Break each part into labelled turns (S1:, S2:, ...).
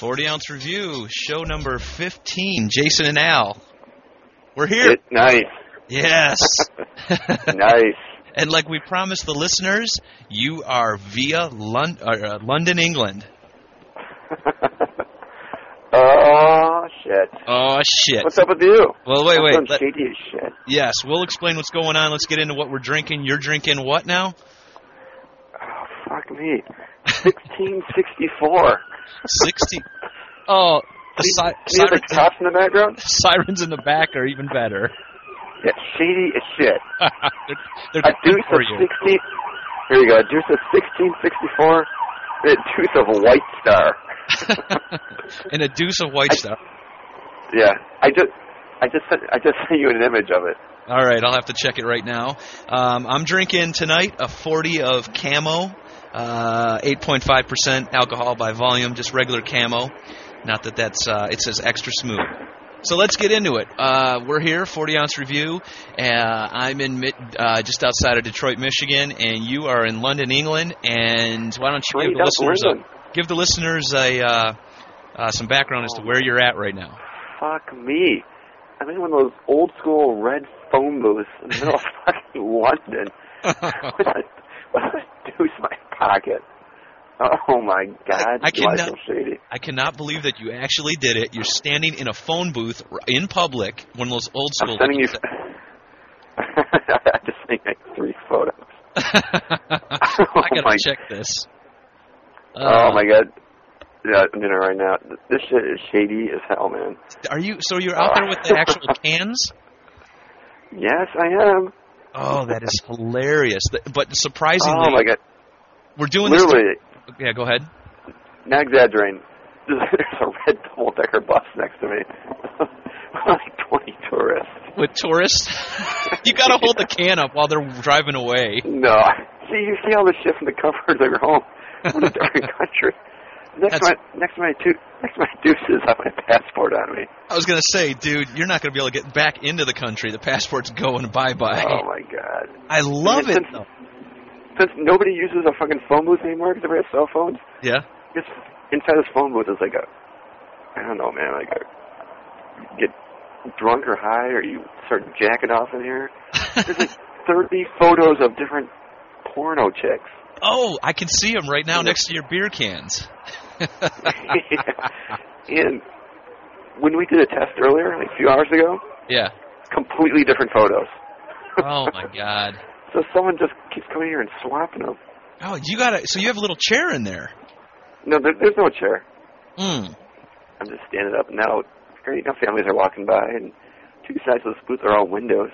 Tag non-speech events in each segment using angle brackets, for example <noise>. S1: 40 ounce review, show number 15. Jason and Al. We're here.
S2: It, nice, <laughs>
S1: yes. <laughs>
S2: nice. <laughs>
S1: And like we promised the listeners, you are via Lon- uh, uh, London, England.
S2: oh shit!
S1: Oh, shit.
S2: What's up with you?
S1: Well, wait,
S2: That's
S1: wait.
S2: Some
S1: Let-
S2: shady as shit.
S1: yes, we'll explain what's going on. Let's get into what we're drinking. You're drinking what
S2: <laughs>
S1: now?
S2: Oh, fuck me. Sixteen sixty four.
S1: 60. oh, the si-
S2: Do you have the
S1: sirens,
S2: cops in the background?
S1: sirens in the back are even better. <laughs>
S2: Yeah, shady as shit.
S1: they're they're
S2: A
S1: good
S2: deuce
S1: for
S2: of
S1: <laughs> you.
S2: sixteen. Here you go. A deuce of sixteen sixty four. A deuce of White Star.
S1: and a deuce of white
S2: I-
S1: stuff.
S2: Yeah, I just, I just sent, I just sent you an image of it.
S1: All right, I'll have to check it right now. Um, I'm drinking tonight a 40 of Camo, uh, 8.5% alcohol by volume, just regular Camo. Not that that's uh, it says extra smooth. So let's get into it. Uh, we're here, 40 ounce review. Uh, I'm in mid, uh, just outside of Detroit, Michigan, and you are in London, England. And why don't you give
S2: Straight
S1: the
S2: up
S1: listeners
S2: London.
S1: a, give the listeners a uh, uh, some background as to where you're at right <laughs> now?
S2: Fuck me. I'm in one of those old school red phone booths in the
S1: <laughs>
S2: middle of fucking London with a, with a deuce in my pocket. Oh my god,
S1: I
S2: do I
S1: cannot-
S2: feel shady.
S1: I cannot believe that you actually did it. You're standing in a phone booth r- in public, one of those old
S2: I'm
S1: school.
S2: sending you. <laughs> I just sent like three photos.
S1: <laughs> I
S2: <laughs>
S1: gotta
S2: my-
S1: check this. Uh.
S2: oh my god. Yeah, I'm doing it right now. This shit is shady as hell, man.
S1: Are you so you're out there with the
S2: <laughs>
S1: actual cans?
S2: Yes, I am.
S1: Oh, that is hilarious. Th- But surprisingly,
S2: Oh my god.
S1: we're doing this.
S2: Literally,
S1: to- yeah, go ahead.
S2: not exaggerating. <laughs> There's a red double decker bus next to me. <laughs> like 20 tourists.
S1: With tourists, <laughs> you gotta hold
S2: <laughs>
S1: the can up while they're driving away.
S2: No. <laughs> See, you see all this shit from the comfort of your home. What a
S1: <laughs>
S2: different country. Next
S1: That's-
S2: to my next to my two next to my deuces have my passport on me.
S1: I was gonna say, dude, you're not gonna be able to get back into the country. The passport's going bye bye.
S2: Oh my god.
S1: I love it.
S2: Since-
S1: Though.
S2: Since nobody uses a fucking phone booth anymore because everybody has cell phones,
S1: Yeah.
S2: just inside this phone booth is like a I don't know, man, like a you get drunk or high or you start jacking off in here. There's like 30 photos of different porno chicks. <laughs>
S1: Oh, I can see them right now
S2: Yeah.
S1: next to your beer cans. <laughs>
S2: and when we did a test earlier, like a few hours ago,
S1: yeah.
S2: completely different photos.
S1: Oh my god.
S2: <laughs> So someone just keeps coming here and swapping them.
S1: Oh, you got to So you have a little chair in there.
S2: No, there, there's no chair.
S1: Mm.
S2: I'm just standing up now. Great, now families are walking by, and two sides of this booth are all windows.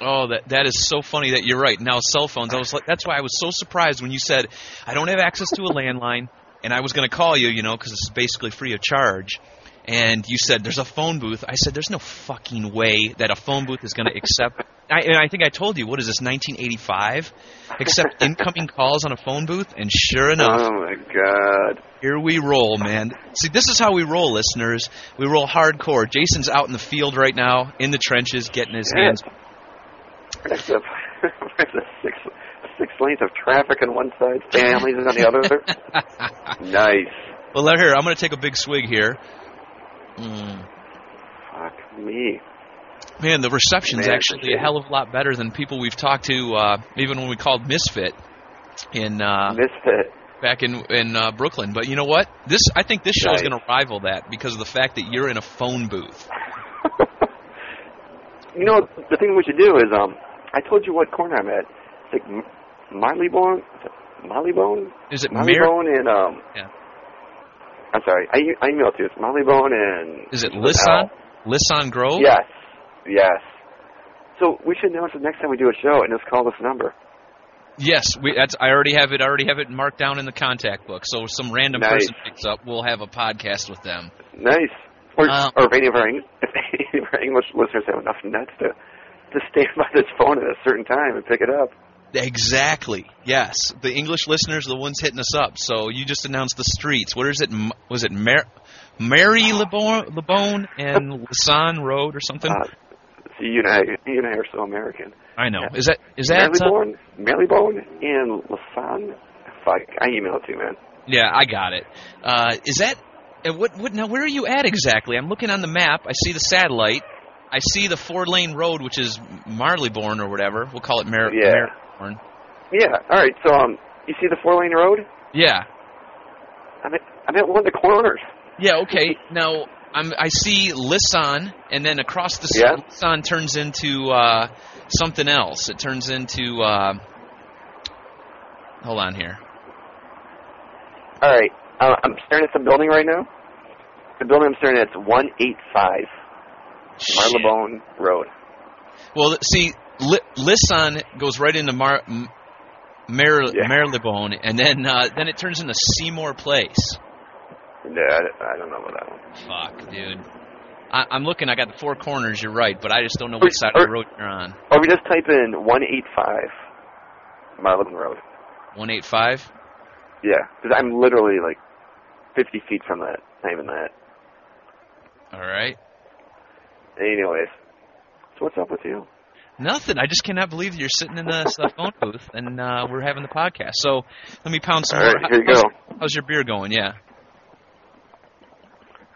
S1: Oh, that that is so funny that you're right. Now cell phones. I was like, that's why I was so surprised when you said I don't have access to a landline, and I was going to call you, you know, because it's basically free of charge. And you said there's a phone booth. I said there's no fucking way that a phone booth is going to accept. <laughs> I, and I think I told you what is this 1985? Accept incoming calls on a phone booth, and sure enough,
S2: Oh my god.
S1: Here we roll, man. See, this is how we roll, listeners. We roll hardcore. Jason's out in the field right now, in the trenches, getting his
S2: Yeah.
S1: hands.
S2: There's <laughs> a, there's a six, six lanes of traffic on one side, families on the
S1: <laughs>
S2: other. nice.
S1: Well, let here. I'm going to take a big swig here. Mm.
S2: Fuck me.
S1: Man, the reception's
S2: Man,
S1: actually a hell of a lot better than people we've talked to, uh, even when we called Misfit in uh,
S2: Misfit.
S1: back in in uh, Brooklyn. But you know what? This I think this show is
S2: Nice.
S1: going to rival that because of the fact that you're in a phone booth.
S2: <laughs> you know, the thing we should do is, um, I told you what corner I'm at. It's like M- Marley Bone, is it Marley Bone,
S1: Is it
S2: Marley
S1: Mir-
S2: Bone, and um,
S1: Yeah.
S2: I'm sorry, I e- I emailed you. It's Marley Bone and
S1: Is it
S2: and
S1: Lisson?
S2: Al.
S1: Lisson Grove?
S2: Yes, yes. So we should know it for the next time we do a show, and just call this number.
S1: Yes, we, that's. I already have it. I already have it marked down in the contact book. So if some random
S2: Nice.
S1: person picks up, we'll have a podcast with them.
S2: Nice. Or,
S1: Um,
S2: or if any of our Eng- if any of our English listeners have enough nuts to to stand <laughs> by this phone at a certain time and pick it up.
S1: Exactly. Yes, the English listeners are the ones hitting us up. So you just announced the streets. What is it? M- Was it Mar- Mary Lebon- Lebone and Lasan Road or something?
S2: Uh, see, you and I, you and I are so American.
S1: I know. Is that is that? uh,
S2: Marylebone, Marylebone, and Lasan. Fuck, I emailed it to you, man.
S1: yeah, I got it. Uh, is that And what, what now? Where are you at exactly? I'm looking on the map. I see the satellite. I see the four lane road, which is Marleyborn or whatever. We'll call it Mar-
S2: Yeah.
S1: Marleyborn.
S2: Yeah. All right. So um, you see the four lane road?
S1: Yeah.
S2: I'm at I'm at one of the corners.
S1: Yeah. Okay. Now I'm. I see Lisson, and then across the
S2: Yeah.
S1: Lisson turns into uh, something else. It turns into. Uh, hold on here.
S2: All right. Uh, I'm staring at some building right now. The building I'm staring at is one eight five
S1: Shit.
S2: Marylebone Road.
S1: Well, see, Li- Lisson goes right into Mar- M- Mar-
S2: Yeah.
S1: Marylebone, and then uh, then it turns into Seymour Place.
S2: No, uh, I, I don't know about that one.
S1: Fuck, dude. I- I'm looking. I got the four corners. You're right, but I just don't know what
S2: Wait,
S1: side of the
S2: are-
S1: road you're on.
S2: Or we just type in one eight five Marylebone Road.
S1: One eight five.
S2: Yeah, because I'm literally like fifty feet from that. Not even that.
S1: All right.
S2: Anyways, so what's up with you?
S1: Nothing. I just cannot believe that you're sitting in the, the phone booth and uh, we're having the podcast. So let me pound some
S2: All
S1: more.
S2: right, here you
S1: how's,
S2: go.
S1: How's your beer going? Yeah.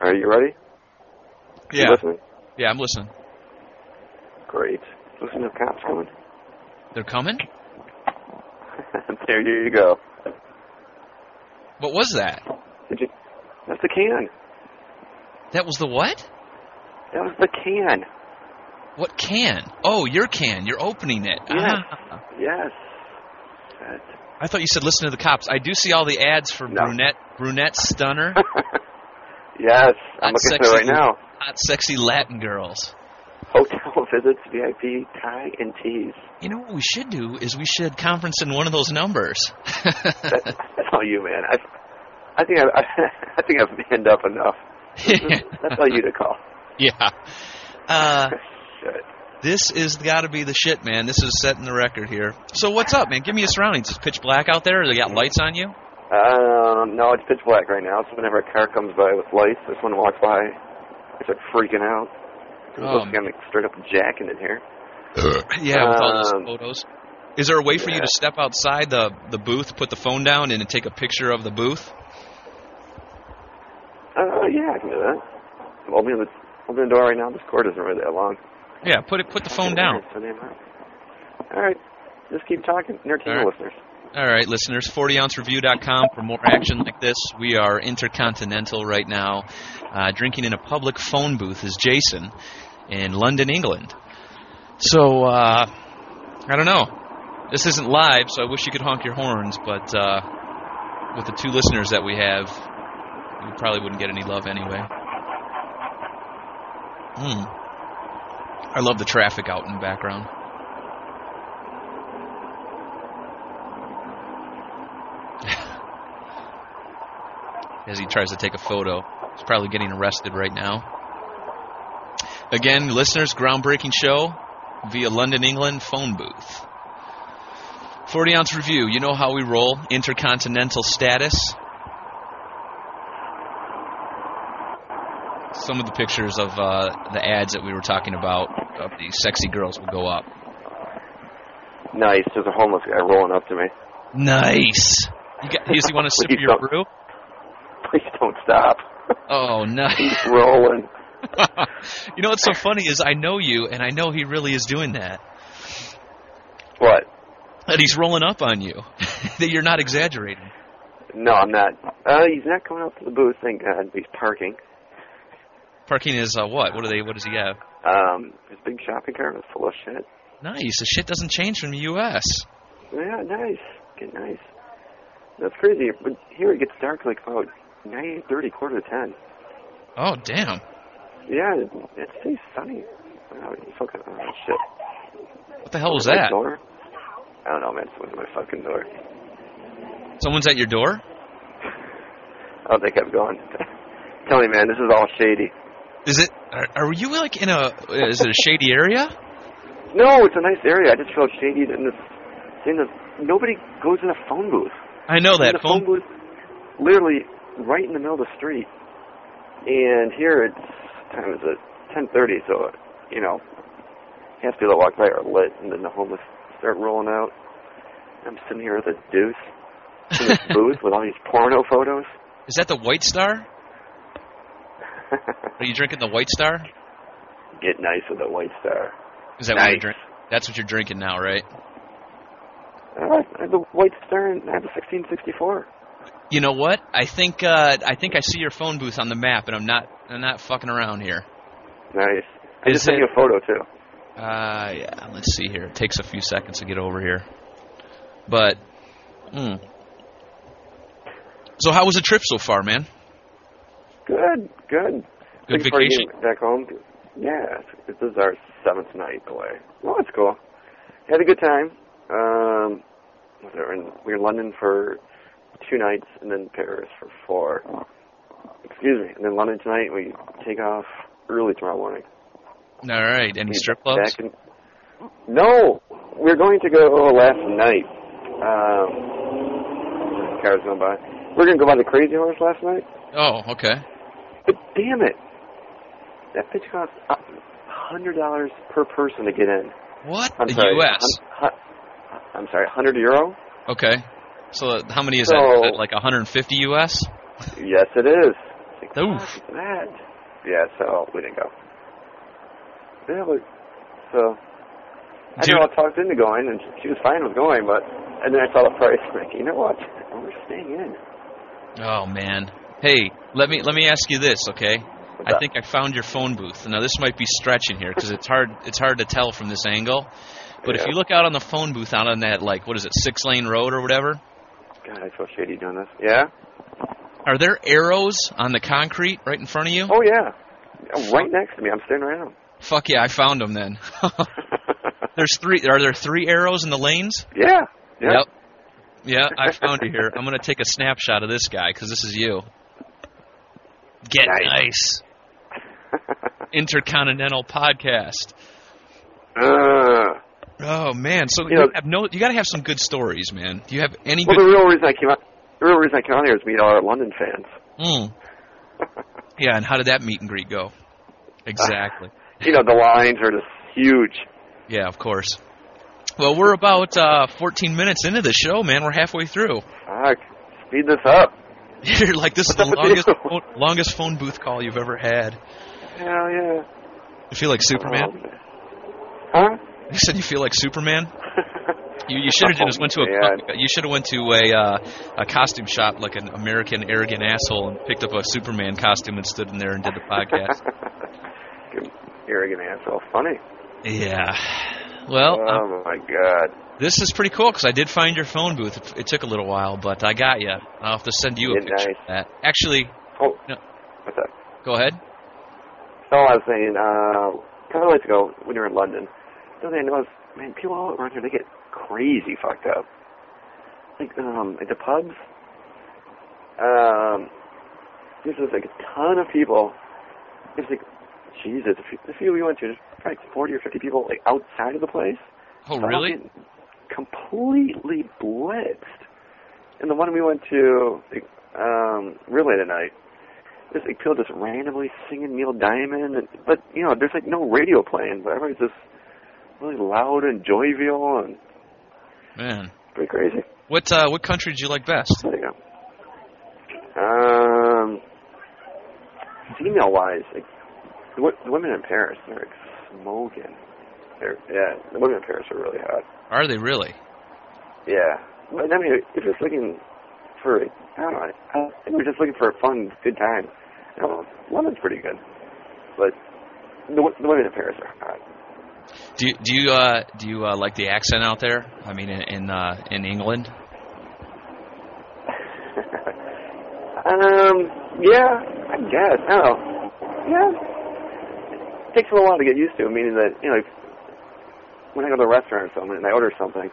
S2: Are you ready? You
S1: Yeah.
S2: listening?
S1: Yeah. I'm listening.
S2: Great. Listen to the cops coming. <laughs>
S1: They're coming.
S2: there you go.
S1: What was that?
S2: Did you? That's the can.
S1: That was the what?
S2: That was the can.
S1: What can? Oh, your can. You're opening it.
S2: Yeah.
S1: Ah.
S2: Yes. That's- <laughs>
S1: I thought you said listen to the cops. I do see all the ads for
S2: No.
S1: brunette, brunette
S2: <laughs>
S1: stunner,
S2: yes. I'm
S1: That's
S2: looking at it right
S1: sexy.
S2: now.
S1: hot, sexy Latin girls.
S2: Hotel <laughs> visits, VIP, tie, and tees.
S1: You know what we should do is we should conference in one of those numbers. <laughs>
S2: That's, <laughs> that's all you, man. I, I think I, <laughs> I think I've manned up
S1: <laughs>
S2: enough. That's all you to call. <laughs>
S1: yeah. Uh,
S2: Shit.
S1: this is got to be the shit, man. This is setting the record here. So what's up, man? Give me your surroundings. Is it pitch black out there? They got lights on you?
S2: Um, no, it's pitch black right now. So whenever a car comes by with lights, this one walks by. I start freaking out. It
S1: Oh,
S2: looks like I'm like, straight up jacking in here.
S1: Yeah, with all those
S2: Um,
S1: photos. Is there a way for you
S2: yeah.
S1: to step outside the the booth, put the phone down, and take a picture of the booth?
S2: Uh, yeah, I can do that. I'm opening the, opening the door right now. This cord isn't really that long.
S1: Yeah, put it put the phone down.
S2: So damn hot. All right, just keep talking. Entertain
S1: All right.
S2: the listeners.
S1: All right, listeners, 40ouncereview.com for more action like this. We are intercontinental right now. Uh, drinking in a public phone booth is Jason in London, England. So, uh, I don't know. This isn't live, so I wish you could honk your horns, but uh, with the two listeners that we have, we probably wouldn't get any love anyway. Hmm. I love the traffic out in the background. as he tries to take a photo. He's probably getting arrested right now. Again, listeners, groundbreaking show via London, England phone booth. 40 ounce review. You know how we roll. Intercontinental status. Some of the pictures of uh, the ads that we were talking about of the sexy girls will go up.
S2: Nice. There's a homeless guy rolling up to me. <laughs>
S1: Nice. You got, does he want to sip of
S2: Please
S1: your
S2: don't.
S1: brew?
S2: Please don't stop. <laughs>
S1: Oh, nice.
S2: Keep rolling.
S1: <laughs> you know what's so funny is I know you, and I know he really is doing that.
S2: What?
S1: That he's rolling up on you. <laughs> that you're not exaggerating.
S2: No, I'm not. Uh, he's not coming up to the booth. Thank God. He's parking.
S1: Parking is uh, what? What do they? What does he have?
S2: Um, his big shopping cart was full of shit.
S1: Nice. The shit doesn't change from the U.S.
S2: Yeah, nice. Get nice. That's crazy. But here it gets dark like about nine thirty, quarter to ten.
S1: Oh damn.
S2: Yeah, it, it stays sunny. Wow, you fucking oh, shit.
S1: What the hell was
S2: My
S1: that?
S2: Door? I don't know, man. Someone's at my fucking door.
S1: Someone's at your door.
S2: I don't think I'm going. <laughs> Tell me, man, this is all shady.
S1: Is it? Are, are you like in a? Is it a shady area?
S2: No, it's a nice area. I just feel shady in this. In this, nobody goes in a phone booth.
S1: I know
S2: In
S1: that
S2: the
S1: <laughs>
S2: phone booth, literally right in the middle of the street. And here it's what time is it? Ten thirty. So you know, half the people that walk by are lit, and then the homeless start rolling out. I'm sitting here with
S1: <laughs>
S2: a deuce in this booth with all these porno photos. <laughs>
S1: is that the White Star? Are you drinking the White Star?
S2: Get nice with a White Star.
S1: Is that what
S2: nice.
S1: you're drinking? That's what you're drinking now, right?
S2: Uh, the White Star, and I have a 1664.
S1: You know what? I think uh, I think I see your phone booth on the map, and I'm not I'm not fucking around here.
S2: Nice. I
S1: Is
S2: just sent
S1: it-
S2: you a photo too.
S1: Uh, yeah, let's see here. It takes a few seconds to get over here, but. Mm. So how was the trip so far, man?
S2: Good, good.
S1: Good
S2: Thanks for
S1: vacation.
S2: getting back home. Yeah, this is our seventh night away. Well, that's cool. Had a good time. Um, we were in, we were in London for two nights and then Paris for four. Excuse me. And then London tonight. We take off early tomorrow morning.
S1: All right. Any
S2: We
S1: strip clubs?
S2: back in- no, we're going to go last night. Um, cars going by. We're going to go by the Crazy Horse last night.
S1: Oh, okay.
S2: But damn it, that pitch costs a hundred dollars per person to get in.
S1: What?
S2: I'm
S1: the
S2: sorry,
S1: U.S.
S2: hun- hun- I'm sorry, hundred euro.
S1: okay. So how many is that? Is
S2: So-
S1: that? Like 150 U.S.
S2: Yes, it is. It's Like,
S1: Oof.
S2: fuck That. Yeah, so we didn't go. Yeah, but, so I
S1: Dude.
S2: know I talked into going, and she was fine with going, but and then I saw the price. <laughs> I'm like, you know what? We're staying in.
S1: Oh man. Hey, let me let me ask you this, okay?
S2: What's
S1: I
S2: up?
S1: think I found your phone booth. Now this might be stretching here because it's hard it's hard to tell from this angle. But if
S2: Yeah.
S1: you look out on the phone booth out on that like what is it six lane road or whatever,
S2: God, I feel shady doing this. Yeah.
S1: are there arrows on the concrete right in front of you?
S2: Oh yeah. Right next to me. I'm staring right at him.
S1: Fuck yeah, I found them then. <laughs> There's three. Are there three arrows in the lanes?
S2: <laughs> yeah. Yeah.
S1: Yep. Yeah, I found you here. I'm gonna take a snapshot of this guy because this is you. Get
S2: <laughs>
S1: nice. Intercontinental podcast.
S2: Uh,
S1: Oh man, so you,
S2: You know-
S1: have no you got to have some good stories, man. Do you have any
S2: well,
S1: good
S2: the real reason I came out, the real reason I came out here is to meet all our London fans.
S1: mm. Yeah, and how did that meet and greet go?
S2: <sighs>
S1: Exactly.
S2: You know, the lines are just huge.
S1: Yeah, of course. Well, we're about uh, 14 minutes into the show, man. We're halfway through. <laughs>
S2: Fuck, speed this up.
S1: You're like this is the longest
S2: What's up <laughs> with you?
S1: phone, longest phone booth call you've ever had.
S2: Hell yeah.
S1: You feel like Superman?
S2: Um,
S1: <laughs> You said you feel like Superman.
S2: huh?
S1: You, you should have
S2: Oh,
S1: just went to a
S2: man.
S1: you should have went to a uh, a costume shop like an American arrogant asshole and picked up a Superman costume and stood in there and did the podcast.
S2: Good arrogant asshole. Funny.
S1: Yeah. Well,
S2: oh
S1: um,
S2: my god.
S1: this is pretty cool because I did find your phone booth. It, it took a little while, but I got you. I'll have to send you a
S2: Yeah,
S1: picture of that. Actually,
S2: Oh,
S1: No.
S2: what's up?
S1: go ahead.
S2: So I was saying, uh, kind of like to go when you're in London. The other thing I noticed, man, people all around here they get crazy fucked up. Like um, at the pubs, um, there's just like a ton of people. It's like, Jesus, the few, the few we went to, there's probably like 40 or 50 people like outside of the place.
S1: Oh,
S2: They're all
S1: really?
S2: getting Completely blitzed. And the one we went to, like, um, really tonight, this like, people just randomly singing Neil Diamond, and, but you know, there's like no radio playing, but everybody's just really loud and jovial and
S1: Man,
S2: pretty crazy.
S1: what uh, what country did you like best?
S2: There you go. Um, female wise, like the, wo- the women in Paris, they're like smoking. They're, yeah, the women in Paris are really hot.
S1: Are they really?
S2: Yeah. But I mean, if you're just looking for, I don't know, I think we're just looking for a fun, good time. You know, London's pretty good. But the, wo- the women in Paris are hot.
S1: Do you, do you uh, do you uh, like the accent out there? I mean, in in, uh, in England.
S2: <laughs> um, yeah, I guess. I don't know. Yeah. It takes a little while to get used to, meaning that, you know, if, when I go to a restaurant or something and I order something,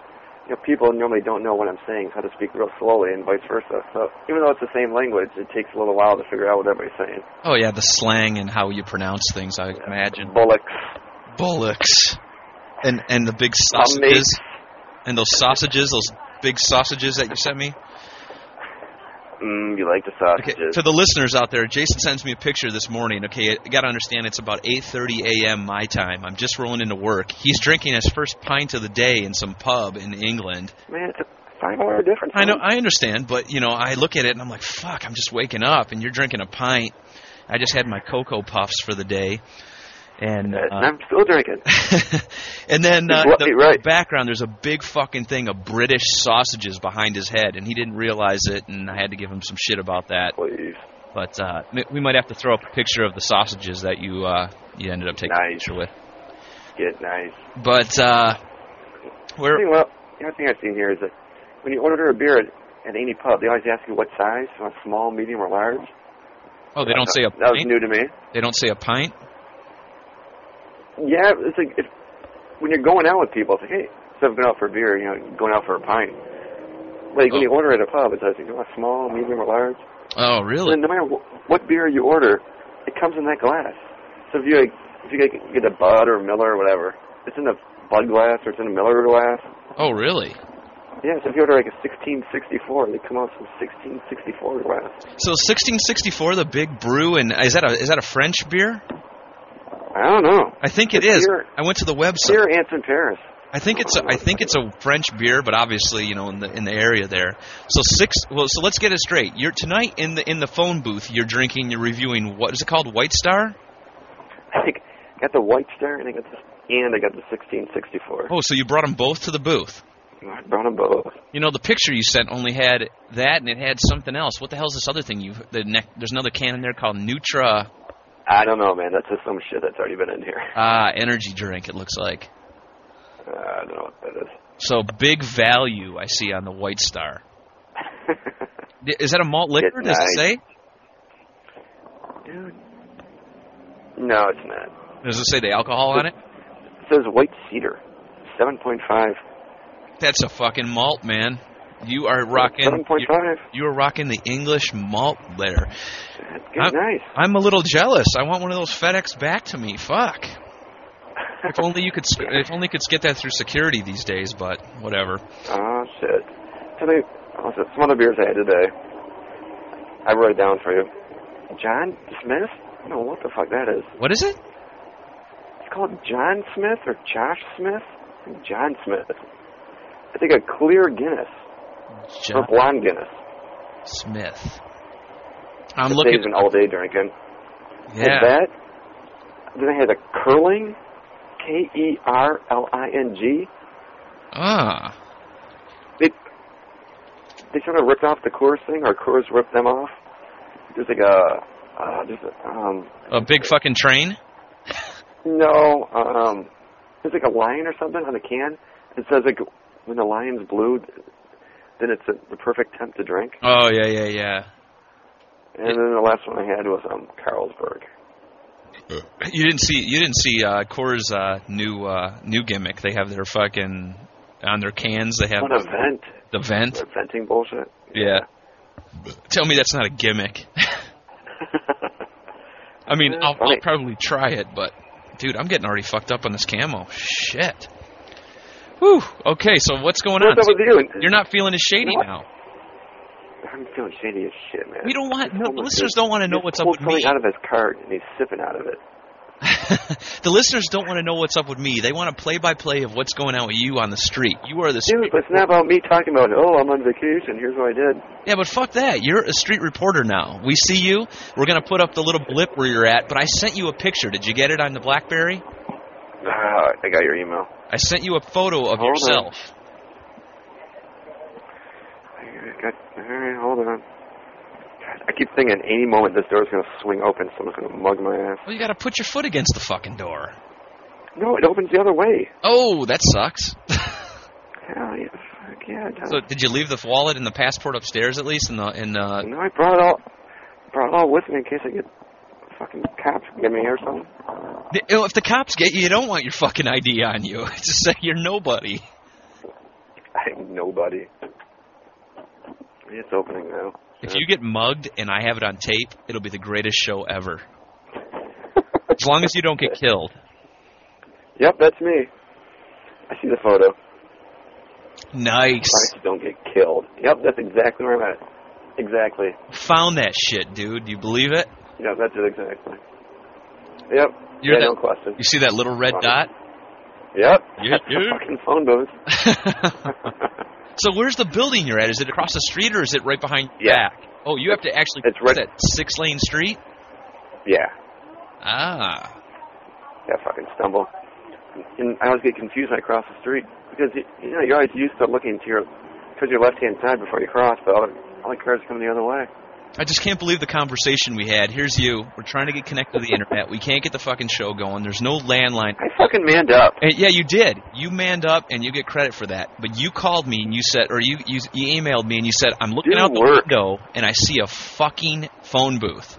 S2: you know, people normally don't know what I'm saying, so I have to speak real slowly and vice versa. So even though it's the same language, it takes a little while to figure out what everybody's saying.
S1: Oh yeah, the slang and how you pronounce things. I imagine
S2: Bullocks.
S1: bullocks, and and the big
S2: Amazing.
S1: sausages, and those sausages, those big sausages that you sent me.
S2: Mm, you like the
S1: Okay,
S2: sausages.
S1: to the listeners out there, Jason sends me a picture this morning. Okay, you got to understand it's about 8:30 a.m. my time. I'm just rolling into work. He's drinking his first pint of the day in some pub in England.
S2: Man, it's a five hour difference.
S1: I know,
S2: man.
S1: I understand, but you know, I look at it and I'm like, "Fuck, I'm just waking up, and you're drinking a pint." I just had my cocoa puffs for the day, and
S2: And
S1: uh,
S2: I'm still drinking.
S1: <laughs> and then uh,
S2: Right,
S1: the
S2: right.
S1: background, there's a big fucking thing of British sausages behind his head, and he didn't realize it, and I had to give him some shit about that.
S2: Please.
S1: But uh, m- we might have to throw up a picture of the sausages that you uh, you ended up taking a
S2: Nice.
S1: picture with.
S2: Get nice.
S1: But uh, we're
S2: Thing, well, the other thing I've seen here is that when you order a beer at, at any pub, they always ask you what size, you want small, medium, or large.
S1: oh they don't say a
S2: That was
S1: pint.
S2: new to me.
S1: They don't say a pint.
S2: Yeah, it's like if, when you're going out with people, it's like, hey, instead of going out for a beer, you know, going out for a pint. Like when you order at a pub, it's always like, you want small, medium, or large.
S1: Oh really?
S2: And no matter wh- what beer you order, it comes in that glass. So if you like, if you like, get a Bud or a Miller or whatever, it's in a Bud glass or it's in a Miller glass.
S1: Oh really?
S2: Yeah, so if you order like a 1664, they come out some 1664 glass.
S1: So 1664, the big brew, and is that a is that a French beer?
S2: I don't know.
S1: I think it
S2: It's
S1: is.
S2: beer.
S1: I went to the website.
S2: Beer ants in Paris. <laughs>
S1: I think it's a, I think it's a French beer, but obviously you know in the in the area there. So six. Well, so let's get it straight. You're tonight in the in the phone booth. You're drinking. You're reviewing. What is it called? White Star.
S2: I think I got the White Star and I got the and I got the 1664.
S1: Oh, so you brought them both to the booth.
S2: I brought 'em both.
S1: You know the picture you sent only had that, and it had something else. What the hell's this other thing? You the neck, there's another can in there called Nutra
S2: I don't know, man. That's just some shit that's already been in here. <laughs>
S1: uh, energy drink. It looks like
S2: Uh, I don't know what that
S1: so big value. I see on the White Star.
S2: is. <laughs>
S1: Is that a malt liquor? Does it
S2: nice.
S1: say?
S2: Dude. No, it's not.
S1: Does it say the alcohol on it?
S2: It says white cedar, 7.5.
S1: That's a fucking malt, man. You are rocking.
S2: 7.5.
S1: You are rocking the English malt there.
S2: That's good,
S1: I-
S2: nice.
S1: I'm a little jealous. I want one of those FedEx back to me. Fuck. If
S2: <laughs>
S1: only you could. s- If only you could get that through security these days. But whatever.
S2: oh shit. So they, oh, so some other beers I had today. I wrote it down for you. John Smith? I don't know what the fuck that is.
S1: What is it?
S2: It's called John Smith or Josh Smith? John Smith. I think a clear Guinness or
S1: John
S2: blonde Guinness.
S1: Smith. I'm
S2: It
S1: looking.
S2: saves an all day drinking. Had
S1: Yeah.
S2: that. Then I had a curling, K E R L I N G.
S1: Ah.
S2: They sort of ripped off the Coors thing, or Coors ripped them off. There's like a, uh, there's a, um,
S1: A big fucking train.
S2: no, um, there's like a lion or something on the can. It says like when the lion's blue, then it's a, the perfect temp to drink.
S1: Oh yeah yeah yeah. <laughs>
S2: And then the last one I had was um Carlsberg.
S1: You didn't see you didn't see uh, Coors uh, new uh, new gimmick. They have their fucking on their cans. They have
S2: What a vent!
S1: the vent.
S2: They're venting bullshit.
S1: Yeah. Tell me that's not a gimmick. <laughs> I mean,
S2: Yeah,
S1: I'll, I'll
S2: right.
S1: probably try it, but dude, I'm getting already fucked up on this camo. Shit. Whew. Okay, so what's going on?
S2: What's up
S1: So
S2: with you?
S1: You're not feeling as shady
S2: What?
S1: now.
S2: <laughs> I'm feeling shady as shit, man.
S1: We don't want
S2: This
S1: no, the
S2: homeless
S1: listeners
S2: dude
S1: don't want to know
S2: just
S1: what's up
S2: pulled
S1: with me.
S2: something out of his cart and he's sipping out of it.
S1: the listeners don't want to know what's up with me. They want a play-by-play of what's going on with you on the street. You are the
S2: Dude,
S1: street.
S2: but it's not about me talking about, oh, I'm on vacation, here's what I did.
S1: Yeah, but fuck that. You're a street reporter now. We see you. We're gonna put up the little blip where you're at. But I sent you a picture. Did you get it on the BlackBerry?
S2: Ah, I got your email.
S1: I sent you a photo of
S2: Hold on.
S1: yourself.
S2: I got, alright, hold on. God, I keep thinking any moment this door's going to swing open, someone's going to mug my ass.
S1: Well, you got to put your foot against the fucking door.
S2: No, it opens the other way.
S1: Oh, that sucks. <laughs>
S2: Hell yeah, fuck yeah. it does.
S1: so, uh, did you leave the wallet and the passport upstairs at least? In the in the
S2: no, I brought it all, brought it all with me in case I get fucking cops get me or something.
S1: The- you know, if the cops get you, you don't want your fucking ID on you. <laughs> Just say you're nobody.
S2: I ain't nobody. It's opening now.
S1: If
S2: <laughs>
S1: you get mugged and I have it on tape, it'll be the greatest show ever. As long as you don't get killed.
S2: Yep, that's me. I see the photo.
S1: Nice.
S2: Christ, don't get killed. Yep, that's exactly where I'm at. Exactly.
S1: Found that shit, dude. Do You believe it?
S2: Yep, that's it exactly. Yep.
S1: You're
S2: yeah,
S1: that-
S2: no question.
S1: You see that little red
S2: Found it.
S1: dot? <laughs>
S2: Yep.
S1: You-
S2: <laughs> That's the
S1: you-
S2: fucking phone booth. <laughs>
S1: so where's the building you're at? Is it across the street or is it right behind your
S2: Yeah.
S1: back? Oh, you have to actually
S2: It's right-
S1: that six lane street?
S2: Yeah,
S1: Ah.
S2: that fucking stumble. And I always get confused when I cross the street because you, you know you're always used to looking to your towards your left hand side before you cross, but all, all the cars are coming the other way.
S1: I just can't believe the conversation we had. Here's you. We're trying to get connected to the internet. We can't get the fucking show going. There's no landline.
S2: I fucking manned up.
S1: And yeah, you did. You manned up, and you get credit for that. But you called me and you said, or you you, you emailed me and you said, I'm looking
S2: Didn't
S1: out the
S2: work.
S1: window and I see a fucking phone booth,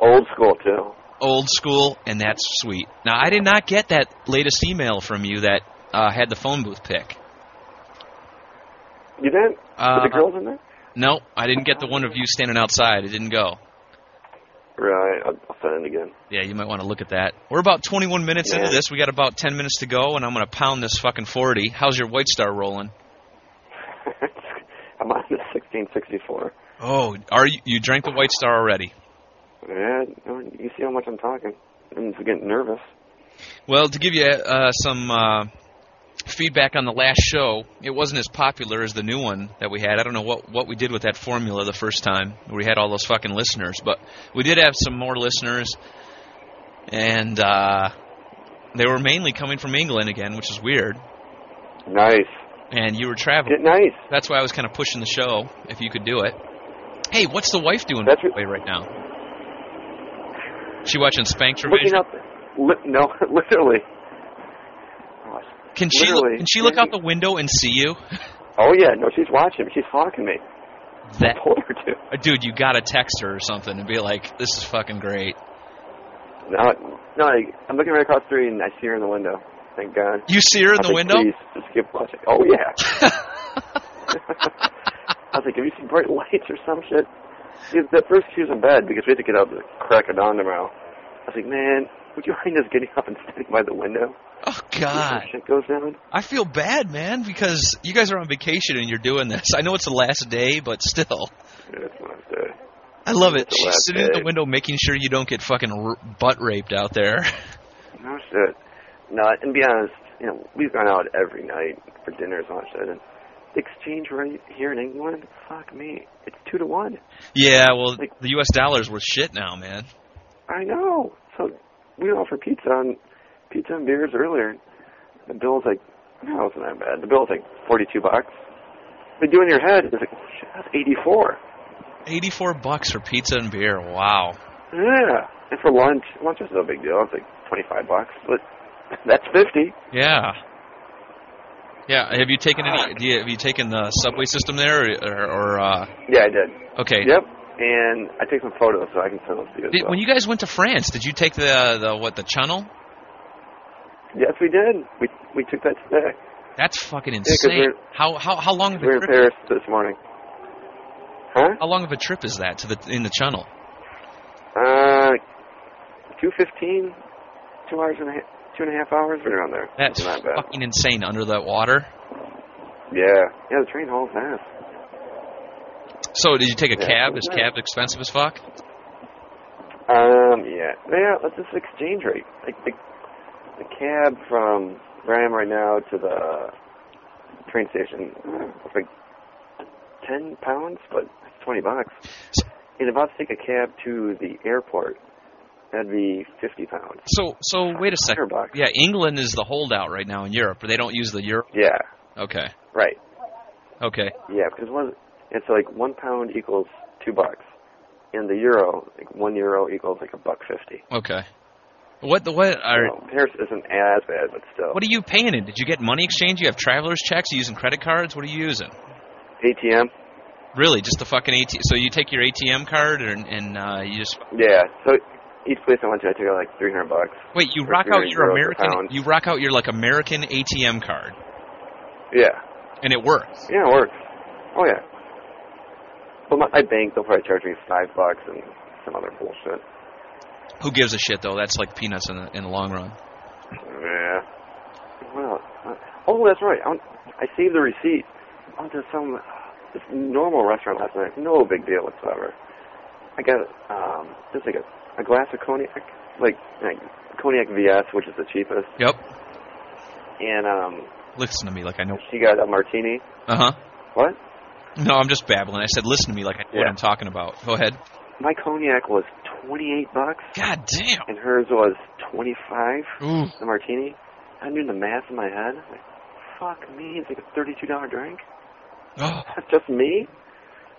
S2: Old school too.
S1: old school, and that's sweet. Now I did not get that latest email from you that uh, had the phone booth pick.
S2: You didn't? With
S1: Uh,
S2: the girls in there?
S1: no, I didn't get the one of you standing outside. It didn't go.
S2: Right. I'll, I'll send it again. <laughs>
S1: Yeah, you might want to look at that. We're about 21 minutes into
S2: Yeah.
S1: this. We got about 10 minutes to go, and I'm going to pound this fucking 40. How's your White Star rolling?
S2: I'm on the 1664.
S1: Oh, are you you drank the White Star already?
S2: Yeah, you see how much I'm talking. I'm just getting nervous.
S1: Well, to give you uh, some uh, feedback on the last show, it wasn't as popular as the new one that we had. I don't know what what we did with that formula the first time. We had all those fucking listeners, but we did have some more listeners, and uh, they were mainly coming from England again, which is weird.
S2: Nice.
S1: And you were traveling.
S2: Get nice.
S1: That's why I was kind of pushing the show if you could do it. Hey, what's the wife doing
S2: That's
S1: by the way right now? She watching Spank
S2: Looking
S1: Revision.
S2: up. Li- no, <laughs> literally. Oh, s-
S1: Can she look,
S2: literally,
S1: can she look out
S2: standing-
S1: the window and see you?
S2: Oh yeah, no, she's watching me. She's hawking me. I
S1: That
S2: told her to.
S1: dude, you gotta text her or something and be like, "This is fucking great."
S2: No, no, I, I'm looking right across the street and I see her in the window. Thank God.
S1: You see her in
S2: I
S1: the
S2: was like,
S1: window.
S2: Please, just keep watching. Oh yeah.
S1: <laughs>
S2: <laughs> I was like, have you seen bright lights or some shit? Yeah, At first she was in bed because we had to get up at the crack of dawn tomorrow. I was like, man, would you mind us getting up and standing by the window?
S1: Oh
S2: when
S1: god,
S2: some shit goes down.
S1: I feel bad, man, because you guys are on vacation and you're doing this. I know it's the last day, but still,
S2: Yeah, it's not good.
S1: I love it.
S2: It's the
S1: She's
S2: last
S1: sitting at the
S2: day.
S1: window making sure you don't get fucking r- butt raped out there. <laughs>
S2: No shit. No, and be honest, you know, we've gone out every night for dinners and all that shit. And the exchange rate here in England, fuck me, it's two to one.
S1: yeah, well,
S2: Like-
S1: the U.S. dollar's worth shit now, man.
S2: I know. So we went out for pizza and pizza and beers earlier. The bill's like, no, it's not bad. The bill's like forty-two bucks. They do in your head. It's like, oh, shit, that's eighty-four.
S1: 84 bucks for pizza and beer. Wow.
S2: Yeah. And for lunch, lunch is no big deal. It's like twenty-five bucks, but <laughs> that's fifty.
S1: Yeah. Yeah. Have you taken any? Do you, have you taken the subway system there, or, or, or uh,
S2: Yeah, I did.
S1: okay?
S2: Yep. And I take some photos so I can send those to you. as
S1: Did,
S2: well.
S1: when you guys went to France, did you take the the what the channel?
S2: Yes, we did. We we took that today.
S1: That's fucking
S2: 'cause
S1: insane.
S2: we're-
S1: how how how long of
S2: We were
S1: a
S2: in
S1: trip?
S2: Paris this morning. Huh?
S1: How long of a trip is that to the in the channel?
S2: Uh, two fifteen, two hours and a half, two and a half hours, right around there.
S1: That's
S2: not bad.
S1: fucking insane under that water.
S2: Yeah, yeah. The train hauls ass.
S1: So did you take a
S2: Yeah,
S1: cab?
S2: it
S1: Is
S2: was
S1: cab expensive as fuck?
S2: Um, yeah, yeah. That's this exchange rate. Like the the cab from where I am right now to the train station, it's like ten pounds, but it's twenty bucks. And if I was to take a cab to the airport, that'd be fifty pounds.
S1: So so wait a second.
S2: Hundred bucks.
S1: Yeah, England is the holdout right now in Europe. They don't use the euro.
S2: Yeah,
S1: Okay.
S2: right.
S1: Okay.
S2: Yeah, because one, it's like one pound equals two bucks, and the euro, like one euro equals like a buck fifty.
S1: Okay. What the what are
S2: So Paris isn't as bad, but still.
S1: what are you paying in? Did you get money exchange? You have travelers checks? You using credit cards? What are you using?
S2: ATM?
S1: Really, just the fucking ATM. So you take your ATM card and and uh, you just
S2: Yeah. So each place I went to, I took out like three hundred bucks.
S1: wait. You
S2: Or
S1: rock out
S2: 300
S1: your
S2: euros a
S1: American.
S2: pound.
S1: You rock out your like American ATM card,
S2: Yeah.
S1: and it works.
S2: Yeah, it works. Oh yeah. But my, my bank, they'll probably charge me five bucks and some other bullshit.
S1: Who gives a shit though? That's like peanuts in the in the long run.
S2: Yeah. Well, uh, oh, that's right. I, I saved the receipt. I went to some this normal restaurant last night. No big deal whatsoever. I got um just like a, a glass of cognac, like, like cognac VS, which is the cheapest,
S1: Yep.
S2: and um
S1: Listen to me like I know.
S2: she got a martini.
S1: Uh huh.
S2: What?
S1: No, I'm just babbling. I said listen to me like I know what
S2: Yeah.
S1: I'm talking about. Go ahead.
S2: my cognac was 28 bucks
S1: God damn.
S2: and hers was 25,
S1: Ooh.
S2: the martini. I'm doing the math in my head. Like, fuck me, it's like a $32 drink. <laughs>
S1: Oh.
S2: That's just me?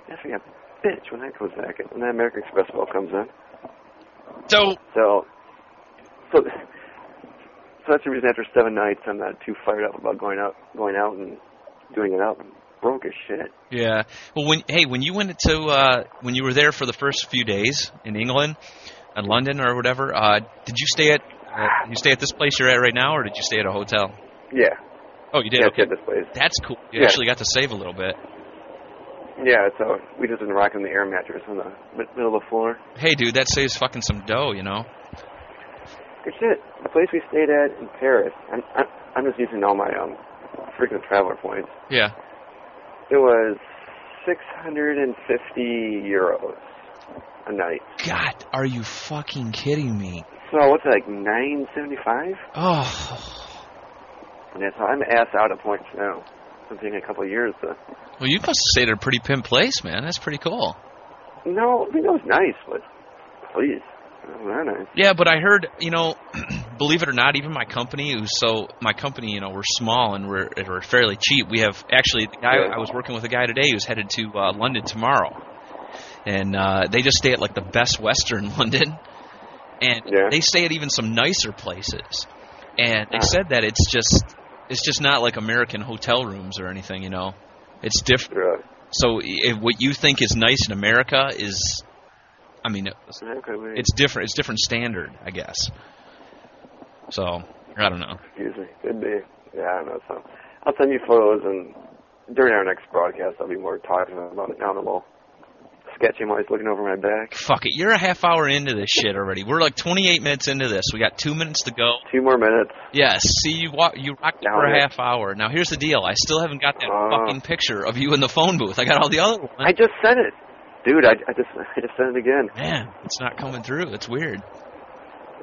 S2: That's like a bitch when that comes back, when that American Express bill comes in.
S1: So
S2: So, so, <laughs> so that's the reason after seven nights I'm not too fired up about going out, going out and doing it up. I'm broke as shit.
S1: Yeah. Well, when hey, when you went to uh, when you were there for the first few days in England, in London or whatever, uh, did you stay at uh, you stay at this place you're at right now, or did you stay at a hotel?
S2: Yeah,
S1: Oh, you did.
S2: yeah, it's
S1: okay,
S2: at this place.
S1: that's cool. You
S2: Yeah.
S1: actually got to save a little bit.
S2: Yeah, so we just been rocking the air mattress on the mid- middle of the floor.
S1: Hey, dude, that saves fucking some dough, you know.
S2: Good shit. The place we stayed at in Paris. I'm I'm, I'm just using all my um frequent traveler points.
S1: Yeah.
S2: It was 650 euros a night.
S1: God, are you fucking kidding me?
S2: So what's that, like 975?
S1: Oh.
S2: Yeah, so I'm ass out of points now. It's been a couple of years. But
S1: Well, you must have stayed at a pretty pimp place, man. That's pretty cool.
S2: no, I mean that was nice, but please, that was not nice.
S1: Yeah, but I heard, you know, <clears throat> believe it or not, even my company, who's so my company, you know, we're small and we're, and we're fairly cheap. We have actually the guy
S2: Yeah.
S1: I was working with a guy today who's headed to uh, London tomorrow, and uh, they just stay at like the Best Western <laughs> in London, and
S2: Yeah.
S1: they stay at even some nicer places, and they
S2: Ah.
S1: said that it's just it's just not like American hotel rooms or anything, you know, it's different.
S2: Really.
S1: So if what you think is nice in America is, I mean,
S2: Okay, wait,
S1: it's different. It's different standard, I guess. So I don't know.
S2: excuse me. Could be. Yeah, I don't know. So I'll send you photos, and during our next broadcast, I'll be more talking about it. Now I'm a little sketchy. I'm always looking over my back.
S1: Fuck it. You're a half hour into this shit already. We're like 28 minutes into this. We got two minutes to go.
S2: Two more minutes.
S1: Yes. See, you wa- you rocked it
S2: Now
S1: for a
S2: it-
S1: half hour. Now here's the deal. I still haven't got that
S2: Oh.
S1: fucking picture of you in the phone booth. I got all the other ones.
S2: I just said it, dude. I, I just I just said it again.
S1: Man, it's not coming through. It's weird.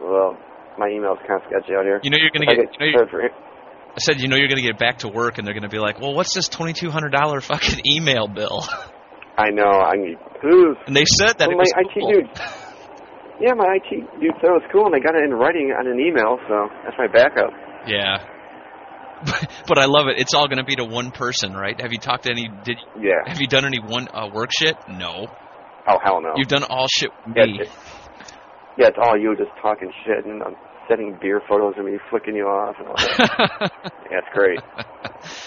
S2: Well, my email's kind of sketchy out here.
S1: You know you're gonna
S2: I
S1: get. You know you're-
S2: sorry for-
S1: I said you know you're gonna get back to work, and they're gonna be like, "Well, what's this twenty-two hundred dollar fucking <laughs> email bill?"
S2: I know. I need who's
S1: And they said that it
S2: Well,
S1: was
S2: my IT
S1: cool.
S2: dude- Yeah, my IT dude said it was cool, and I got it in writing on an email, so that's my backup.
S1: Yeah. <laughs> but I love it. It's all going to be to one person, right? Have you talked to any? Did
S2: Yeah.
S1: have you done any one uh, work shit? No.
S2: Oh hell no.
S1: You've done all shit with
S2: Yeah,
S1: me.
S2: it's- yeah, it's all you just talking shit, and I'm sending beer photos of me flicking you off, and all that. yeah, it's great.
S1: <laughs>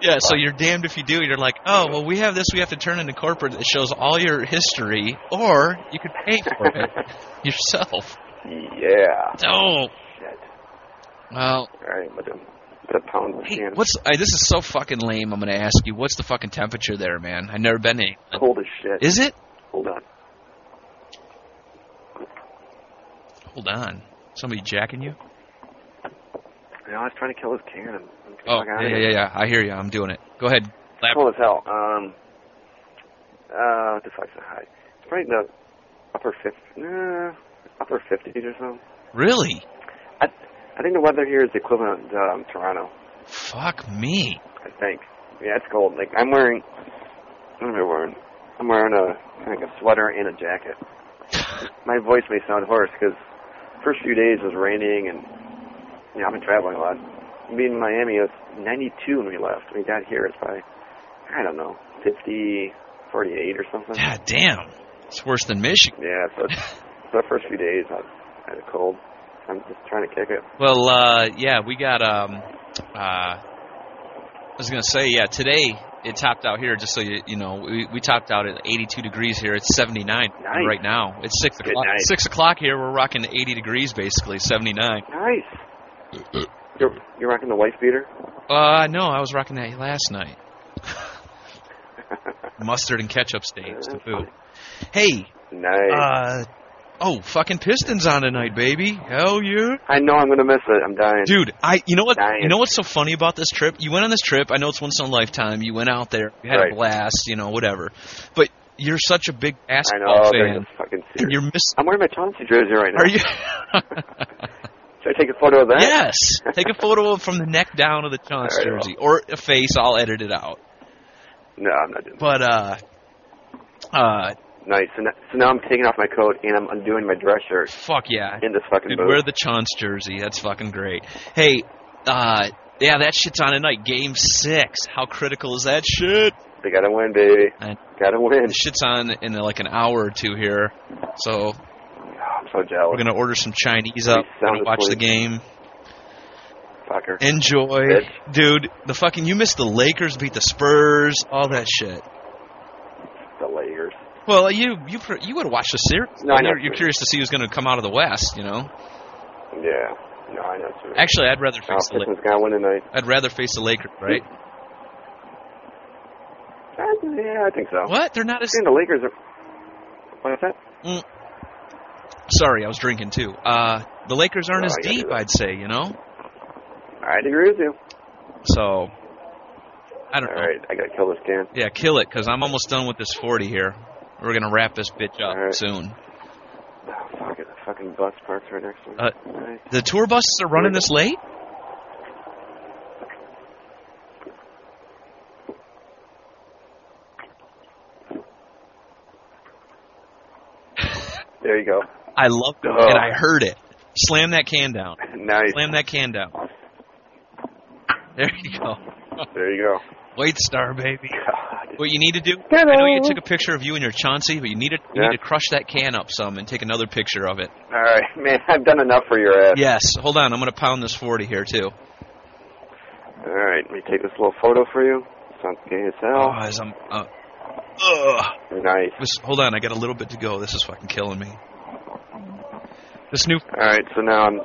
S1: yeah. So you're damned if you do. You're like, oh well, we have this. We have to turn into corporate that shows all your history, or you could pay for it <laughs> yourself.
S2: yeah.
S1: No.
S2: Shit.
S1: Well,
S2: All right, but um, put a pound of
S1: hey,
S2: can.
S1: what's I, this is so fucking lame. I'm going to ask you, what's the fucking temperature there, man? I've never been to. England.
S2: cold as shit?
S1: Is it?
S2: Hold on.
S1: Hold on. Somebody jacking you?
S2: You know, I was trying to kill this can. and- and
S1: Oh,
S2: fuck
S1: yeah,
S2: outta here.
S1: yeah, yeah. I hear you. I'm doing it. Go ahead. Lab-
S2: Cold as hell. Um. Uh, what the fuck's the high? It's right in the upper fifth. Nah, upper fifties or something.
S1: Really?
S2: I I think the weather here is the equivalent to um, Toronto.
S1: Fuck
S2: <laughs>
S1: me.
S2: I think. Yeah, it's cold. Like I'm wearing. What am I wearing? I'm wearing a like a sweater and a jacket. My voice may sound hoarse because first few days was raining and you know I've been traveling a lot. Being in Miami, it was 92 when we left. We got here, it's probably I don't know 50, 48 or something.
S1: God damn. It's worse than Michigan.
S2: Yeah. So so the first few days I I had a cold. I'm just trying to kick it.
S1: Well, uh, yeah, we got. Um, uh, I was gonna say, yeah, today it topped out here. Just so you, you know, we, we topped out at 82 degrees here. It's 79
S2: Nice.
S1: right now. It's six
S2: Good
S1: o'clock.
S2: night.
S1: Six o'clock here. We're rocking 80 degrees, basically 79.
S2: Nice. You're you're rocking the wife beater.
S1: Uh, no, I was rocking that last night.
S2: <laughs>
S1: Mustard and ketchup stains to boot. Hey,
S2: Nice.
S1: Uh, oh, fucking Pistons on tonight, baby. Hell yeah.
S2: I know I'm gonna miss it. I'm dying.
S1: Dude, I you know what
S2: Nice.
S1: you know what's so funny about this trip? You went on this trip. I know it's once in a lifetime. You went out there, you had
S2: Right.
S1: a blast, you know, whatever. But you're such a big
S2: I know.
S1: basketball
S2: Oh, they're
S1: fan.
S2: just fucking
S1: and
S2: serious.
S1: You're miss.
S2: I'm wearing my Chauncey jersey right now.
S1: Are you?
S2: Should I take a photo of
S1: <laughs>
S2: that?
S1: yes. Take a photo of from the neck down of the Chance
S2: All right, well.
S1: jersey or a face. I'll edit it out.
S2: No, I'm not doing.
S1: But uh, uh,
S2: that. nice. So now, so now I'm taking off my coat and I'm undoing my dress shirt
S1: Fuck yeah.
S2: in this fucking
S1: Dude,
S2: boat.
S1: wear the Chance jersey. That's fucking great. Hey, uh, yeah, that shit's on tonight. Game six. How critical is that shit?
S2: They gotta win, baby.
S1: I-
S2: Gotta win.
S1: The shit's on in like an hour or two here. So
S2: Oh, I'm so
S1: we're
S2: jealous.
S1: gonna order some Chinese up.
S2: Sound
S1: We're gonna watch the
S2: asleep.
S1: game.
S2: Fucker.
S1: Enjoy,
S2: Bitch.
S1: dude. The fucking you missed the Lakers beat the Spurs, all that shit.
S2: The Lakers.
S1: Well, you you pr- you would have watched the series.
S2: No, I know.
S1: you're, you're curious to see who's gonna come out of the West. You know.
S2: Yeah. No, I know. Too.
S1: Actually, I'd rather
S2: oh,
S1: face the Lakers.
S2: Pistons gotta win tonight.
S1: I'd rather face the Lakers, right?
S2: Uh, yeah, I think so.
S1: What? They're not as
S2: I think the Lakers are. What's that?
S1: Sorry, I was drinking too. Uh, the Lakers aren't
S2: No,
S1: as
S2: I gotta
S1: deep,
S2: do that.
S1: I'd say, you know.
S2: I'd agree with you.
S1: So I don't
S2: All
S1: know.
S2: right, I gotta kill this can.
S1: Yeah, kill it, cause I'm almost done with this 40 here. We're gonna wrap this bitch up
S2: All right.
S1: soon.
S2: Oh, fuck it, the fucking bus parks right next to me.
S1: Uh,
S2: All right.
S1: The tour buses are running this late.
S2: There you go. <laughs>
S1: I love it,
S2: Ugh.
S1: and I heard it. Slam that can down.
S2: nice.
S1: Slam that can down. There you go.
S2: There you go.
S1: Wait, star baby.
S2: God.
S1: What you need to do? I know you took a picture of you and your Chauncey, but you need to you
S2: Yeah.
S1: need to crush that can up some and take another picture of it.
S2: All right, <laughs> man, I've done enough for your ass.
S1: Yes. Hold on, I'm gonna pound this 40 here too.
S2: All right, let me take this little photo for you. Sounds gay as
S1: Oh,
S2: hell.
S1: as I'm. Uh, ugh.
S2: Nice.
S1: This, hold on, I got a little bit to go. This is fucking killing me. This new.
S2: All right, so now I'm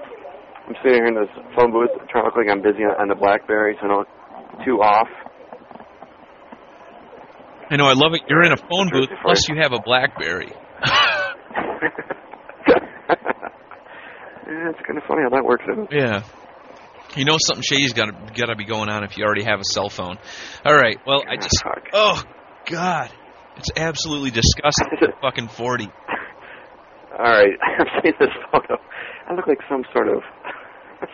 S2: I'm sitting here in this phone booth trying to look like I'm busy on the BlackBerry, so no too off. <laughs>
S1: I know, I love it. You're in a phone booth,
S2: Jersey for
S1: plus you have a Blackberry. <laughs>
S2: yeah, it's kind of funny how that works out.
S1: yeah. You know something shady's got to got to be going on if you already have a cell phone. All right. Well, I just.
S2: <laughs> Fuck.
S1: Oh God, it's absolutely disgusting. the fucking 40.
S2: All right, <laughs> I'm seeing this photo. I look like some sort of <laughs>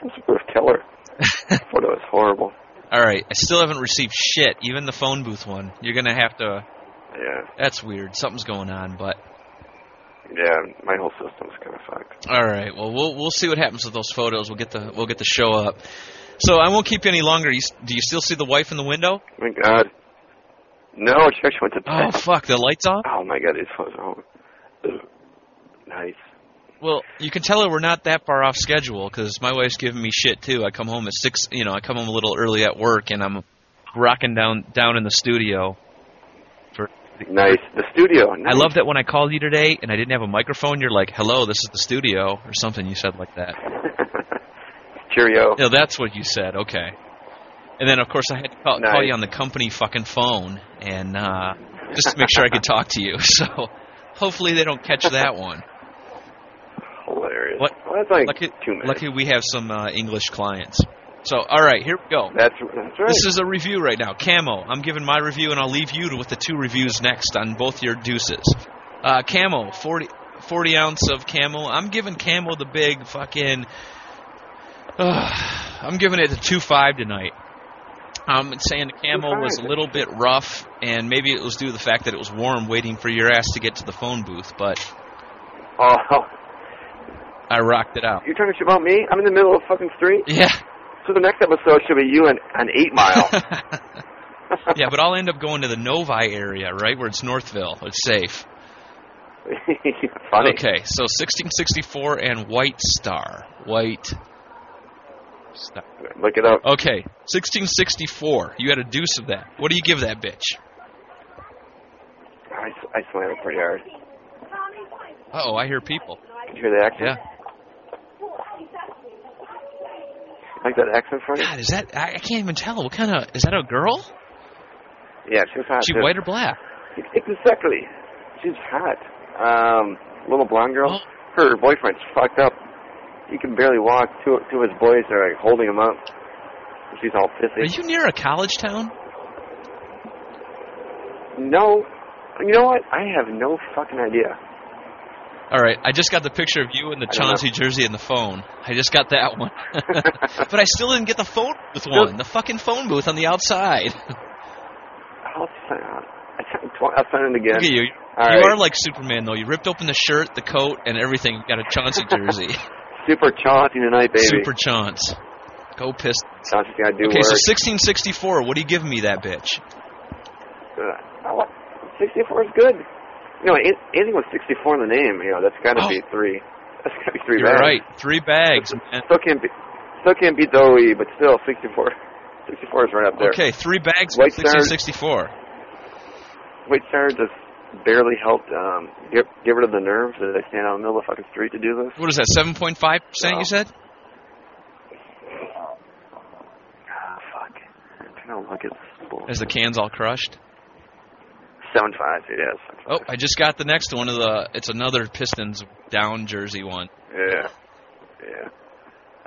S2: some sort of killer. This photo is horrible.
S1: <laughs> All right. I still haven't received shit. Even the phone booth one. You're gonna have to.
S2: Yeah,
S1: That's weird. Something's going on, but.
S2: yeah, my whole system's kind of fucked.
S1: All right. Well, we'll we'll see what happens with those photos. We'll get the we'll get the show up. So I won't keep you any longer. You, s- do you still see the wife in the window?
S2: My God. No, she actually went to
S1: Oh
S2: bed.
S1: fuck, the lights on.
S2: Oh my God, these photos are horrible. Ugh. Nice.
S1: Well, you can tell her we're not that far off schedule because my wife's giving me shit too. I come home at six. You know, I come home a little early at work, and I'm rocking down down in the studio.
S2: Nice. The studio. Nice.
S1: I love that when I called you today and I didn't have a microphone, you're like, "Hello, this is the studio" or something. You said like that.
S2: <laughs> Cheerio.
S1: No, that's what you said. Okay. And then, of course, I had to call, call
S2: Nice.
S1: you on the company fucking phone, and uh, just to make sure I could talk to you. <laughs> So, hopefully, they don't catch that one.
S2: Hilarious.
S1: What-
S2: Well, that's like
S1: Lucky,
S2: two minutes.
S1: lucky we have some uh, English clients. So, all right, here we go.
S2: That's that's right.
S1: This is a review right now. Camo, I'm giving my review, and I'll leave you with the two reviews next on both your deuces. Uh, camo, 40, 40 ounce of camo. I'm giving camo the big fucking. Ugh, I'm giving it a 2 5 tonight. I'm saying the camo was a little bit rough, and maybe it was due to the fact that it was warm waiting for your ass to get to the phone booth, but
S2: oh,
S1: I rocked it out.
S2: you're talking shit about me? I'm in the middle of fucking street.
S1: Yeah. <laughs>
S2: So the next episode should be you and an eight mile. <laughs>
S1: yeah, but I'll end up going to the Novi area, right, where it's Northville. It's safe.
S2: Funny.
S1: Okay, so 1664 and White Star. White Star.
S2: Look it up.
S1: Okay, 1664. You had a deuce of that. What do you give that bitch?
S2: I, s- I slam it pretty hard.
S1: Oh, I hear people.
S2: Did you hear the accent?
S1: Yeah.
S2: Like that accent for you?
S1: God, is that? I, I can't even tell. What kind of? Is that a girl?
S2: Yeah, she was hot.
S1: Is she
S2: too.
S1: white or black?
S2: Exactly. She's hot. Um, little blonde girl.
S1: Oh.
S2: Her boyfriend's fucked up. He can barely walk. Two, two of his boys are like holding him up. She's all
S1: Are
S2: pissy.
S1: you near a college town?
S2: No. You know what? I have no fucking idea.
S1: All right, I just got the picture of you in the
S2: I don't know.
S1: Chauncey jersey and the phone. I just got that <laughs> one, but I still didn't get <laughs> the phone booth one. The fucking phone booth on the outside.
S2: How I sent, tw- I sent it again.
S1: Look at you.
S2: All
S1: you
S2: right.
S1: are like Superman, though. You ripped open the shirt, the coat, and everything. You got a Chauncey jersey. <laughs>
S2: Super Chauncey tonight, <laughs> baby.
S1: Super Chaunce. Go pissed.
S2: Chauncey's got to do
S1: Okay,
S2: work.
S1: so 1664. What do you give me that bitch?
S2: Uh, I like- 64 is good. You know, an- anything with 64 in the name, you know, that's got to
S1: Oh.
S2: be three. That's got to be 3
S1: You're
S2: bags.
S1: right. Three bags. man.
S2: Still can't be, still can't beat the OE, but still 64. 64 is right up there.
S1: Okay, three bags.
S2: White
S1: 1664.
S2: Wait, Sarah just barely helped um, get get rid of the nerves that I stand out in the middle of the fucking street to do this.
S1: What is that? 7.5 percent?
S2: No.
S1: You said?
S2: Ah, fuck. I don't look at this bull.
S1: Is the cans all crushed?
S2: Seven five, it is. Seven
S1: Oh,
S2: five.
S1: I just got the next one of the. It's another Pistons down jersey one.
S2: Yeah. Yeah.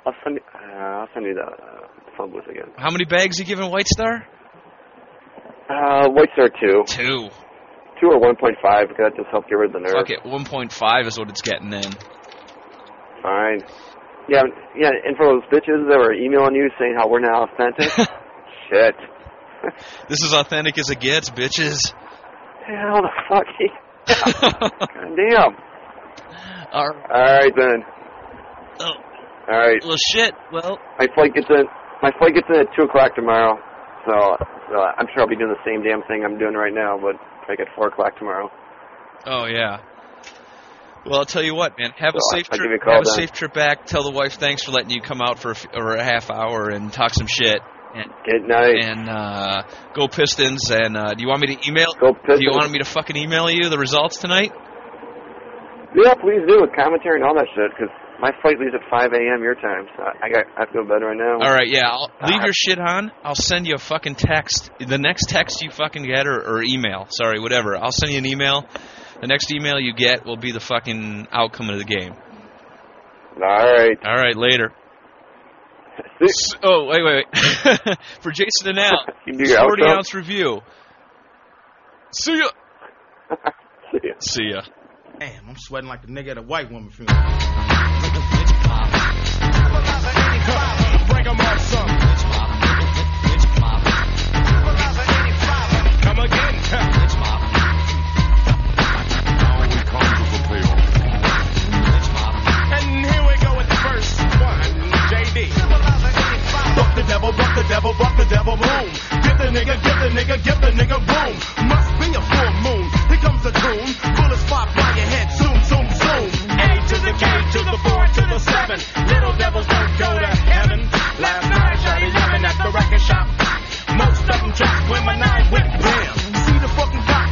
S2: I'll send you, uh, I'll send you the uh, phone booth again.
S1: How many bags you giving White Star?
S2: Uh, White Star 2.
S1: Two.
S2: 2 or 1.5, because that just helped get rid of the nerves.
S1: Fuck it. 1.5 is what it's getting then.
S2: Fine. Yeah, yeah, and for those bitches that were emailing you saying how we're now
S1: <laughs>
S2: authentic, shit.
S1: This is authentic as it gets, bitches.
S2: Hell the fuck.
S1: <laughs>
S2: God damn.
S1: all right.
S2: Alright then.
S1: Oh,
S2: Alright.
S1: well, shit. Well,
S2: My flight gets in my flight gets in at two o'clock tomorrow. So uh, I'm sure I'll be doing the same damn thing I'm doing right now, but like at four o'clock tomorrow.
S1: oh yeah. Well, I'll tell you what, man. Have
S2: So,
S1: a safe
S2: I'll give you a
S1: trip.
S2: call
S1: Have a
S2: then.
S1: safe trip back. Tell the wife thanks for letting you come out for a, f- or a half hour and talk some shit. And,
S2: Good night.
S1: and uh, go Pistons. And uh, do you want me to email?
S2: Go
S1: Do
S2: Pistons.
S1: you want me to fucking email you the results tonight?
S2: Yeah, please do with commentary and all that shit, 'cause my flight leaves at five a.m. your time. So I I got I have to go to bed right now.
S1: All right, yeah. I'll leave
S2: Uh,
S1: your shit on. I'll send you a fucking text. The next text you fucking get, or, or email, sorry, whatever. I'll send you an email. The next email you get will be the fucking outcome of the game.
S2: All right.
S1: All right, later.
S2: See-
S1: S- oh, wait, wait, <laughs> wait. For Jason and Al,
S2: You do your
S1: 40
S2: outro.
S1: ounce review. See ya.
S2: See ya.
S1: See ya.
S3: Damn, I'm sweating like the nigga at a white woman funeral. Bring 'em on some. Come again. And here we go with the first one, JD. Buck the devil, buck the devil, buck the devil, boom. Get the nigga, get the nigga, get the nigga, boom. Must be a full moon. Here comes the tune. Bullets fly by your head, zoom, zoom, zoom. A to the K to the four to the seven. Little devils don't go to heaven. Last night shot 11 at the record shop. Most of them dropped when my nine went bam. See the fucking clock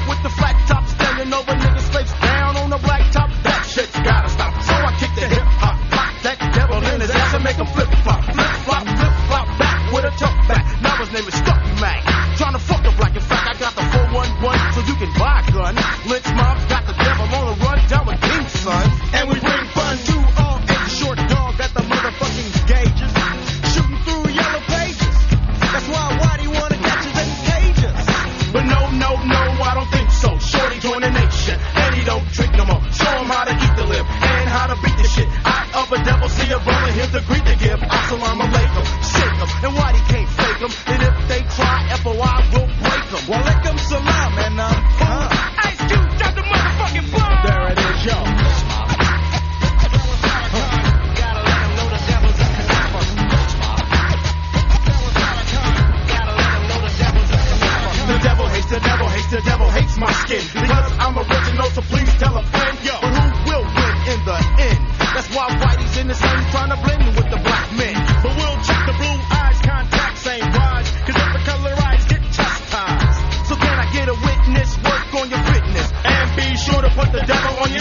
S3: E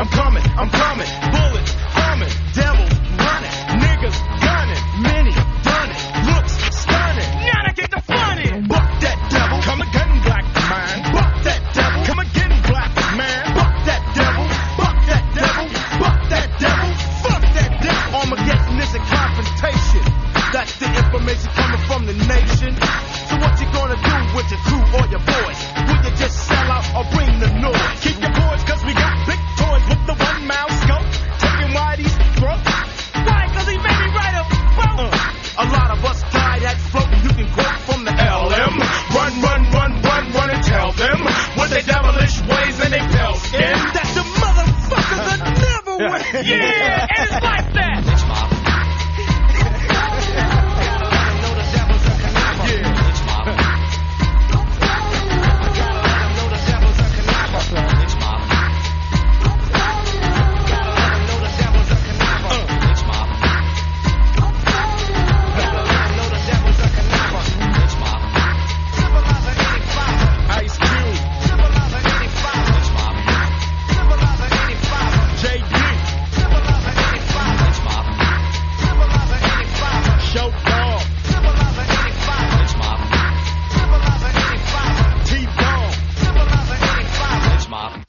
S3: I'm coming, I'm coming. Bullets, humming, devils running, niggas gunning, many done it. Looks stunning. Now I get the funny. Buck that devil, come again, black man. Buck that devil, come again, black man. Buck that devil, buck that devil, buck that devil, fuck that devil. Armageddon is a confrontation. That's the information coming from the nation. So what you gonna do with your crew or your boys? Will you just sell out or bring the noise? Keep your boys, cause we got big toys with the one mouth scope. Taking Whitey's throat. Why? Cause he made me write a boat. Uh, a lot of us died at floating. You can quote from the LM. Run, run, run, run, run and tell them what they devilish ways and <laughs> they pelt in. That the motherfuckers are never win. Yeah, and it's like that.